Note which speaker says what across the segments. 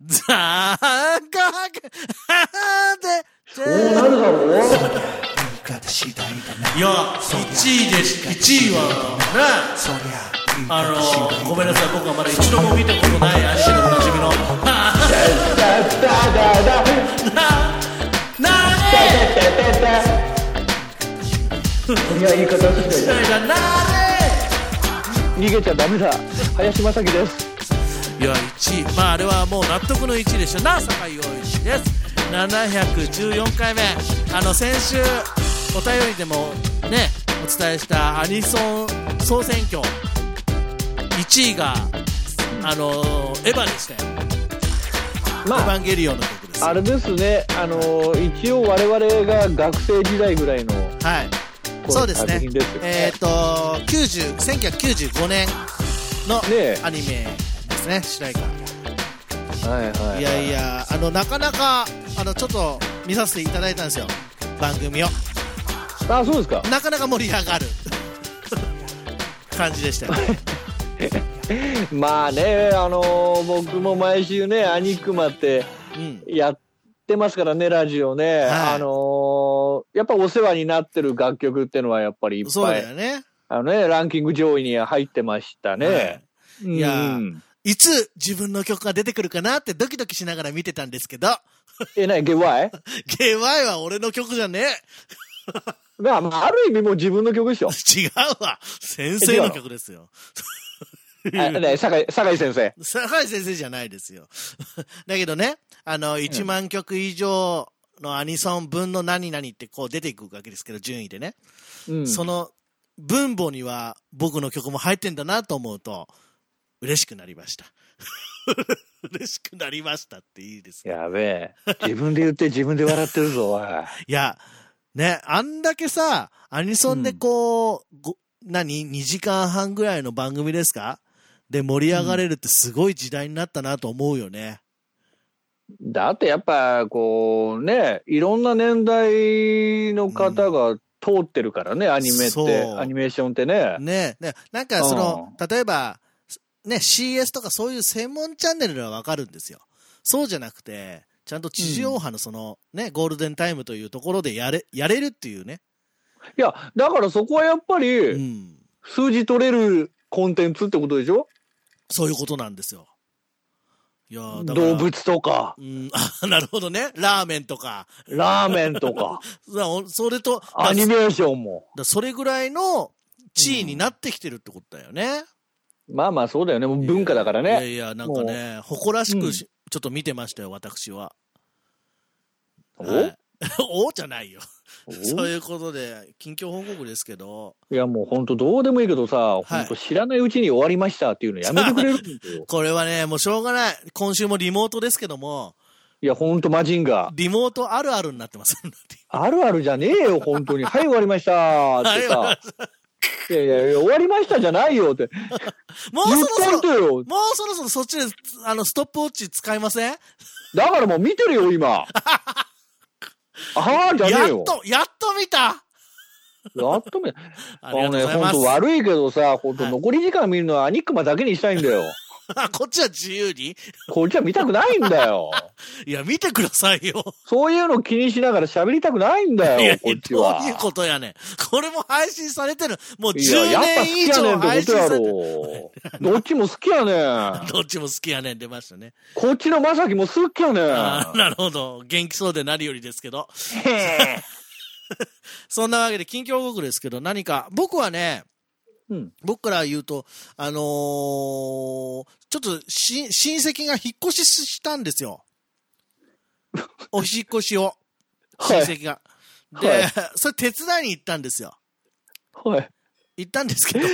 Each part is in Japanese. Speaker 1: ザーガー
Speaker 2: おー、なるだろ
Speaker 1: い
Speaker 2: う
Speaker 1: や、1位でし、1位は、ね、あの、ごめんなさい、僕はまだ一度も見たことないアニメでおなじみの、なれ
Speaker 2: いや、言い方違いだ。
Speaker 1: なれ
Speaker 2: 逃げちゃダメだ。林正樹です。
Speaker 1: いや、1位、まああれはもう納得の1位でしたな、坂井陽一です。714回目、あの、先週、お便りでもね、お伝えしたアニソン総選挙、1位が、あの、エヴァでしたよ。エヴ
Speaker 2: まあ、
Speaker 1: ァンゲリオンの曲です。
Speaker 2: あれですね、あのー、一応我々が学生時代ぐらいの、
Speaker 1: はい。
Speaker 2: こ
Speaker 1: そうです
Speaker 2: 作
Speaker 1: ね
Speaker 2: 品ですよ。ね
Speaker 1: えっ、と90 1995年の
Speaker 2: ねえ
Speaker 1: アニメですね、主題歌。
Speaker 2: はいはいはい
Speaker 1: いやいや、あのなかなかあのちょっと見させていただいたんですよ。番組を
Speaker 2: あ、そうですか。
Speaker 1: なかなか盛り上がる 感じでしたよ。
Speaker 2: まあね、あのー僕も毎週ね、アニクマって
Speaker 1: うん。
Speaker 2: やってますからね、ラジオね。
Speaker 1: はい
Speaker 2: あのーやっぱお世話になってる楽曲ってのはやっぱりいっ
Speaker 1: そう
Speaker 2: ぱ
Speaker 1: だよ
Speaker 2: い、
Speaker 1: ね。
Speaker 2: あのね、ランキング上位に入ってましたね。うん
Speaker 1: いやーいつ自分の曲が出てくるかなってドキドキしながら見てたんですけど、
Speaker 2: え、なに、ゲワイ
Speaker 1: ゲワイは俺の曲じゃね
Speaker 2: まあ、まあある意味もう自分の曲 でしょ。
Speaker 1: え。違うわ。先生の曲ですよ。
Speaker 2: あね、酒井、酒井先生。
Speaker 1: 坂井先生じゃないですよ。だけどね、あの、1万曲以上のアニソン分の何々ってこう出ていくわけですけど、順位でね。
Speaker 2: うん。
Speaker 1: その分母には僕の曲も入ってんだなと思うと、嬉しくなりました。 嬉しくなりましたっていいですね。
Speaker 2: やべえ。自分で言って自分で笑ってるぞ、おい。
Speaker 1: いや、ね、あんだけさ、アニソンでこう、ご何 ?2 時間半ぐらいの番組ですかで盛り上がれるってすごい時代になったなと思うよね。
Speaker 2: だってやっぱ、こう、ね、いろんな年代の方が通ってるからね、アニメっ
Speaker 1: そう
Speaker 2: て、アニメーションってね。
Speaker 1: ねえ、ねなんかその、例えば、ね、CS とかそういう専門チャンネルではわかるんですよ。そうじゃなくて、ちゃんと地上波のその、ね、ゴールデンタイムというところでやれ、やれるっていうね。
Speaker 2: いや、だからそこはやっぱ
Speaker 1: う
Speaker 2: り、
Speaker 1: ん。
Speaker 2: 数字取れるコンテンツってことでしょ
Speaker 1: そういうことなんですよ。いやーだから
Speaker 2: 動物とか、
Speaker 1: うん、 あ、なるほどね。ラーメンとか。
Speaker 2: ラーメン とか、
Speaker 1: なおそれと、
Speaker 2: アニ
Speaker 1: だ
Speaker 2: メーションも。
Speaker 1: だそれぐらいの地位になってきてるってことだよね。
Speaker 2: まあまあそうだよね、もう文化だから
Speaker 1: いや
Speaker 2: ね。
Speaker 1: いや、なんかね、誇らしくし、ちょっと見てましたよ、私は。
Speaker 2: お
Speaker 1: はい、 おじゃないよ。
Speaker 2: お
Speaker 1: そういうことで、近況報告ですけど、
Speaker 2: いやもう本当どうでもいいけどさ、
Speaker 1: い
Speaker 2: 本当知らないうちに終わりましたっていうのやめてくれる んだよ
Speaker 1: これはね、もうしょうがない。今週もリモートですけども、
Speaker 2: いや本当マジンガー。
Speaker 1: リモートあるあるになってます。
Speaker 2: あるあるじゃねえよ、本当に。はい、終わりましたって
Speaker 1: は
Speaker 2: さ。いやいやいや、終わりましたじゃないよって。
Speaker 1: もう
Speaker 2: 言っ
Speaker 1: そろ
Speaker 2: た
Speaker 1: そ
Speaker 2: んだ
Speaker 1: ろ、
Speaker 2: よ。
Speaker 1: もうそろそろそっちで、あの、ストップウォッチ使いません
Speaker 2: だからもう見てるよ、今。ああ、じゃね
Speaker 1: や
Speaker 2: え
Speaker 1: っ
Speaker 2: よ。
Speaker 1: と、やっと見た
Speaker 2: やっと見
Speaker 1: ありがとうございま
Speaker 2: あのね、
Speaker 1: す
Speaker 2: 本当。悪いけどさ、本当
Speaker 1: はい
Speaker 2: 残り時間見るのはアニックマだけにしたいんだ よ。
Speaker 1: あこっちは自由に
Speaker 2: こっちは見たくないんだよ。
Speaker 1: いや、見てくださいよ。
Speaker 2: そういうの気にしながら喋りたくないんだ
Speaker 1: いや
Speaker 2: よ、
Speaker 1: ど
Speaker 2: こっちは。
Speaker 1: ういうことやねん。これも配信されてる。もう10
Speaker 2: いや、やっぱ好
Speaker 1: 年以
Speaker 2: きやね
Speaker 1: 上
Speaker 2: んっ
Speaker 1: 配
Speaker 2: て
Speaker 1: 信
Speaker 2: こ
Speaker 1: さ
Speaker 2: とや
Speaker 1: れてる。
Speaker 2: ろ。 どっちも好きやねん。
Speaker 1: どっちも好きやねん出ましたね。
Speaker 2: こっちのまさきも好きやねん。
Speaker 1: あーなるほど。元気そうで何よりですけど。
Speaker 2: へえ
Speaker 1: そんなわけで、近況報告ですけど、何か、僕はね、
Speaker 2: うん
Speaker 1: 僕から言うと、あのーちょっとし、親戚が引っ越ししたんです よ。お引っ越しを、
Speaker 2: は
Speaker 1: 親
Speaker 2: い
Speaker 1: 戚が。で、
Speaker 2: はい
Speaker 1: それ手伝いに行ったんですよ。
Speaker 2: はい。
Speaker 1: 行ったんです けど、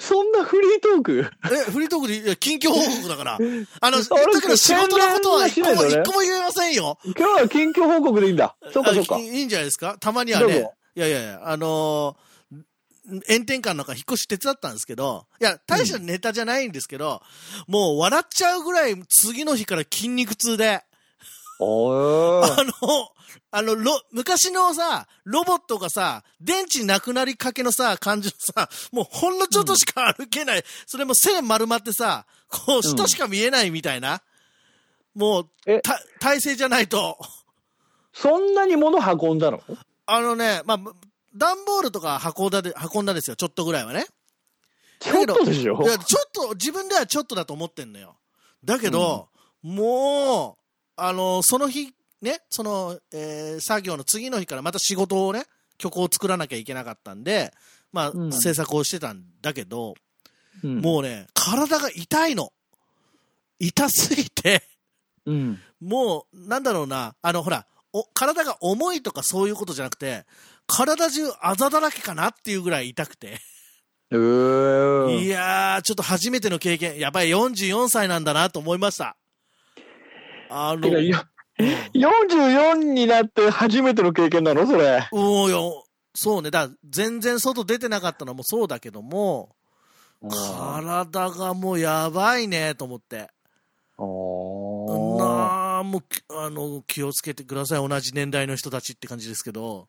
Speaker 2: そんなフリートーク
Speaker 1: え、フリートークでいや、近況報告だから。あの、言っ
Speaker 2: れ
Speaker 1: たけど仕事のことは一個も、
Speaker 2: 宣伝はしないのね
Speaker 1: 一個も言えませんよ。
Speaker 2: 今日は近況報告でいいんだ。そっかそっか
Speaker 1: あい。いいいんじゃないですかたまには
Speaker 2: どう
Speaker 1: ね
Speaker 2: ぞ。
Speaker 1: いやいやいや、あのー炎天下の中引っ越し手伝ったんですけど、いや、大したネタじゃないんですけど、もう笑っちゃうぐらい次の日から筋肉痛で、
Speaker 2: おー
Speaker 1: あの、あの、ロ、昔のさ、ロボットがさ、電池なくなりかけのさ、感じのさ、もうほんのちょっとしか歩けない、それも線丸まってさ、こう、人しか見えないみたいな。もう
Speaker 2: え、
Speaker 1: た、体制じゃないと。
Speaker 2: そんなに物運んだの
Speaker 1: あのね、まあ、段ボールとか運んだで、運んだですよ、ちょっとぐらいはね。
Speaker 2: ちょっとでしょ
Speaker 1: いや、ちょっと、自分ではちょっとだと思ってんのよ。だけど、もう、あの、その日、ね、その、えー作業の次の日からまた仕事をね、曲を作らなきゃいけなかったんで、まあ、
Speaker 2: うん
Speaker 1: 制作をしてたんだけど、
Speaker 2: うん
Speaker 1: もうね、体が痛いの。痛すぎて、
Speaker 2: うん。
Speaker 1: もう、なんだろうな、あの、ほら、お体が重いとかそういうことじゃなくて、体中あざだらけかなっていうぐらい痛くて。
Speaker 2: えー
Speaker 1: いやー、ちょっと初めての経験、やばい、44歳なんだなと思いました。あの、
Speaker 2: てかよ
Speaker 1: うん
Speaker 2: 44になって初めての経験なのそれ。
Speaker 1: うんよ、そうね、だから全然外出てなかったのもそうだけども、体がもうやばいねと思って。
Speaker 2: あ
Speaker 1: なあ、もうき、あの、気をつけてください、同じ年代の人たちって感じですけど。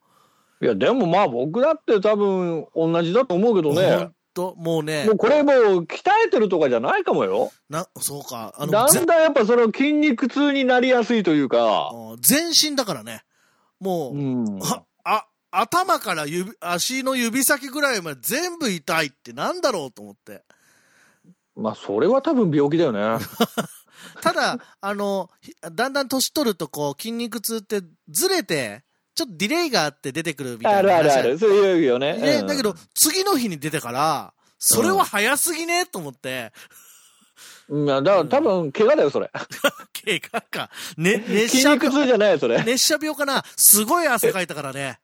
Speaker 2: ーいや、でもまあ僕だって多分同じだと思うけど
Speaker 1: ほ
Speaker 2: ね
Speaker 1: ん。と、もうね
Speaker 2: もう、これもう鍛えてるとかじゃないかもよ。
Speaker 1: な、そうか、あ
Speaker 2: だ
Speaker 1: の、ぜ
Speaker 2: んだんやっぱその筋肉痛になりやすいというか。
Speaker 1: うん全身だからね。もう、
Speaker 2: うん。
Speaker 1: あ、あ、頭から指、足の指先ぐらいまで全部痛いってなんだろうと思って。
Speaker 2: まあそれは多分病気だよね。
Speaker 1: た だ、あの、ひだんだん年取るとこう、筋肉痛ってずれて、ちょっとディレイがあって出てくるみた
Speaker 2: あ
Speaker 1: いな
Speaker 2: る
Speaker 1: 話。
Speaker 2: あるある。そういうよね。
Speaker 1: ね
Speaker 2: うん
Speaker 1: だけど、次の日に出てから、それは早すぎねと思って、
Speaker 2: うん、だから多分怪我だよ、それ。
Speaker 1: 怪我か。ね、熱
Speaker 2: 筋
Speaker 1: 射
Speaker 2: 肉
Speaker 1: 病、
Speaker 2: 痛じゃないよ、それ。
Speaker 1: 熱射病かなすごい汗かいたからね。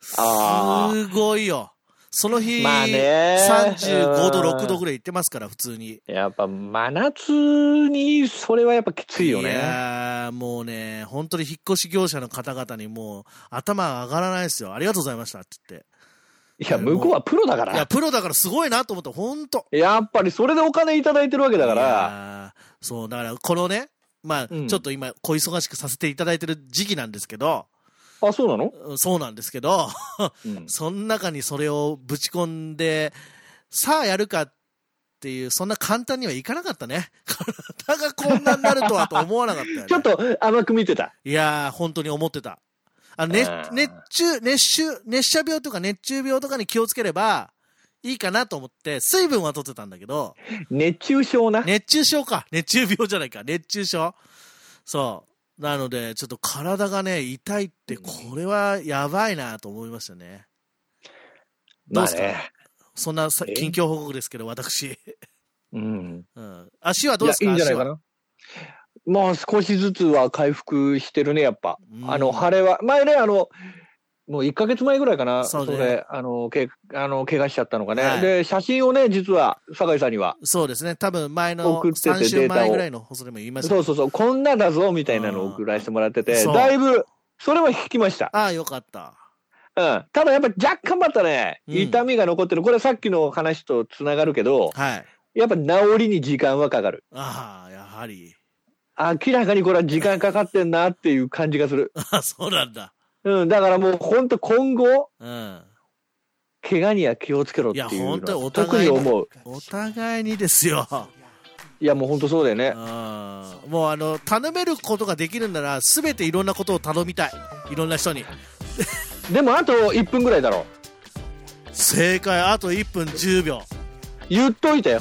Speaker 1: す
Speaker 2: あー
Speaker 1: ごいよ。その日、
Speaker 2: まあね。
Speaker 1: 35度、
Speaker 2: うん
Speaker 1: 6度ぐらい行ってますから、普通に。
Speaker 2: やっぱ真夏にそれはやっぱきついよ
Speaker 1: い
Speaker 2: ね。
Speaker 1: やーもうね、本当に引っ越し業者の方々にもう頭が上がらないですよ。ありがとうございましたって言っ
Speaker 2: いや、向こうはプロだか
Speaker 1: て。いや、
Speaker 2: ら。
Speaker 1: プロだからすごいなと思った。本当。
Speaker 2: やっぱりそれでお金いただいてるわけだ
Speaker 1: だ
Speaker 2: から。。
Speaker 1: そう、だからこのね、まあ、
Speaker 2: うん
Speaker 1: ちょっと今、小忙しくさせていただいてる時期なんですけど、
Speaker 2: あ、そうなの、
Speaker 1: うんそうなんですけど、
Speaker 2: うん、
Speaker 1: その中にそれをぶち込んで、さあやるかっていう、そんな簡単にはいかなかったね。 体がこんなになるとはと思わなかったよね。
Speaker 2: ちょっと甘く見てた。
Speaker 1: いやー、本当に思ってた。あの、熱
Speaker 2: あー
Speaker 1: 熱中、熱中、熱射病とか熱中病とかに気をつければ、いいかなと思って、水分は取ってたんだけど、
Speaker 2: 熱中症な。
Speaker 1: 熱中症か。熱中病じゃないか。熱中症。そう。なので、ちょっと体がね、痛いって、これはやばいなと思いましたね。どう
Speaker 2: まあ
Speaker 1: ですか
Speaker 2: ね。
Speaker 1: そんなさ
Speaker 2: え
Speaker 1: 近況報告ですけど、私。
Speaker 2: うん。
Speaker 1: うん。足はどうですか
Speaker 2: いやいいんじゃないか
Speaker 1: 足は
Speaker 2: な。まあ少しずつは回復してるね、やっぱ。
Speaker 1: うん
Speaker 2: あの、晴れは、前ね、あの、もう1ヶ月前ぐらいかな、
Speaker 1: そう
Speaker 2: そ
Speaker 1: ね
Speaker 2: れ、あの、けあの怪我しちゃったのがね、
Speaker 1: はい
Speaker 2: で、写真をね、実は、酒井さんには、
Speaker 1: そうですね。多分前の
Speaker 2: 送ってて
Speaker 1: 3週
Speaker 2: データ
Speaker 1: 前
Speaker 2: を
Speaker 1: ぐらいの放送でも言いましたけ
Speaker 2: そ
Speaker 1: ど
Speaker 2: うそうそう、こんなだぞ、みたいなの
Speaker 1: う
Speaker 2: を
Speaker 1: ん
Speaker 2: 送らせてもらってて、
Speaker 1: そう
Speaker 2: だいぶ、それは引きました。
Speaker 1: ああ、よかった。
Speaker 2: うん。ただやっぱ若干またね、
Speaker 1: うん
Speaker 2: 痛みが残ってる。これさっきの話とつながるけど、
Speaker 1: はい。
Speaker 2: やっぱ治りに時間はかかる。
Speaker 1: ああ、やはり。
Speaker 2: 明らかにこれは時間かかってんなっていう感じがする。
Speaker 1: あそうなんだ。
Speaker 2: うん。だからもう本当今後、
Speaker 1: うん。
Speaker 2: 怪我には気をつけろっていう
Speaker 1: いや
Speaker 2: の
Speaker 1: 本当に
Speaker 2: は
Speaker 1: お互
Speaker 2: 特
Speaker 1: い
Speaker 2: に
Speaker 1: に
Speaker 2: 思う。
Speaker 1: お互いにですよ。
Speaker 2: いやもう本当そうだよね
Speaker 1: うん。もうあの、頼めることができるなら、すべていろんなことを頼みたい。いろんな人に。
Speaker 2: でもあと1分ぐらいだろ。
Speaker 1: 正解、あと1分10秒。
Speaker 2: 言っとい て。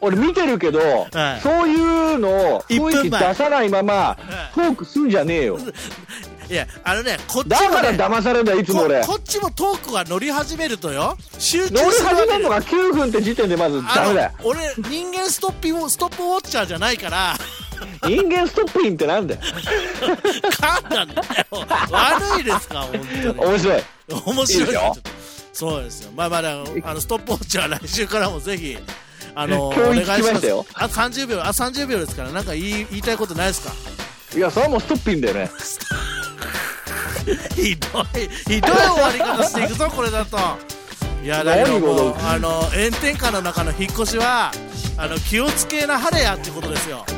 Speaker 2: 俺見てるけど、
Speaker 1: はい
Speaker 2: そういうのを
Speaker 1: 一分前
Speaker 2: 雰囲気出さないままトークすんじゃねえよ。
Speaker 1: いや、あのね、こっち
Speaker 2: だ
Speaker 1: も
Speaker 2: から
Speaker 1: ね、
Speaker 2: 騙されんだいつも俺。
Speaker 1: ここっちもトークが乗り始めるとよ。集中
Speaker 2: 乗り
Speaker 1: するわ
Speaker 2: 始め
Speaker 1: け
Speaker 2: る
Speaker 1: で
Speaker 2: のが9分って時点でまずダメだよ
Speaker 1: あの俺、人間ストッピング、ストップウォッチャーじゃないから、
Speaker 2: 人間ストップインってなんだよ
Speaker 1: 噛んだんだ よ。悪いですか、本当に。
Speaker 2: 面白い
Speaker 1: 面白い
Speaker 2: いいですよ
Speaker 1: ちょっとそうですよ。まあまあだから、あの、ストップウォッチは来週からもぜひ、あの、お
Speaker 2: 今
Speaker 1: 願い
Speaker 2: 日
Speaker 1: し
Speaker 2: 行き
Speaker 1: ま
Speaker 2: ました
Speaker 1: す
Speaker 2: よ。
Speaker 1: あ、30秒、あ、30秒ですから、なんか言い言いたいことないですか
Speaker 2: いやそれはもうストッピンだよね
Speaker 1: ひどい、ひどい終わり方していくぞ、これだと。いや、だけども
Speaker 2: 悩み
Speaker 1: う
Speaker 2: 事、
Speaker 1: あの、炎天下の中の引っ越しは、あの、気をつけな晴れやってことですよ。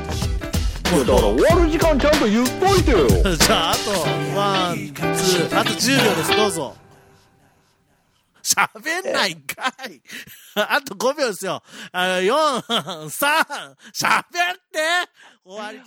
Speaker 2: いやだから終わる時間ちゃんと言っといてよ
Speaker 1: じゃあ、あと、ワン、ツー、あと10秒です、どうぞ。喋んないんかい。 あと5秒ですよ。あの、4、3、喋って終わりじゃん。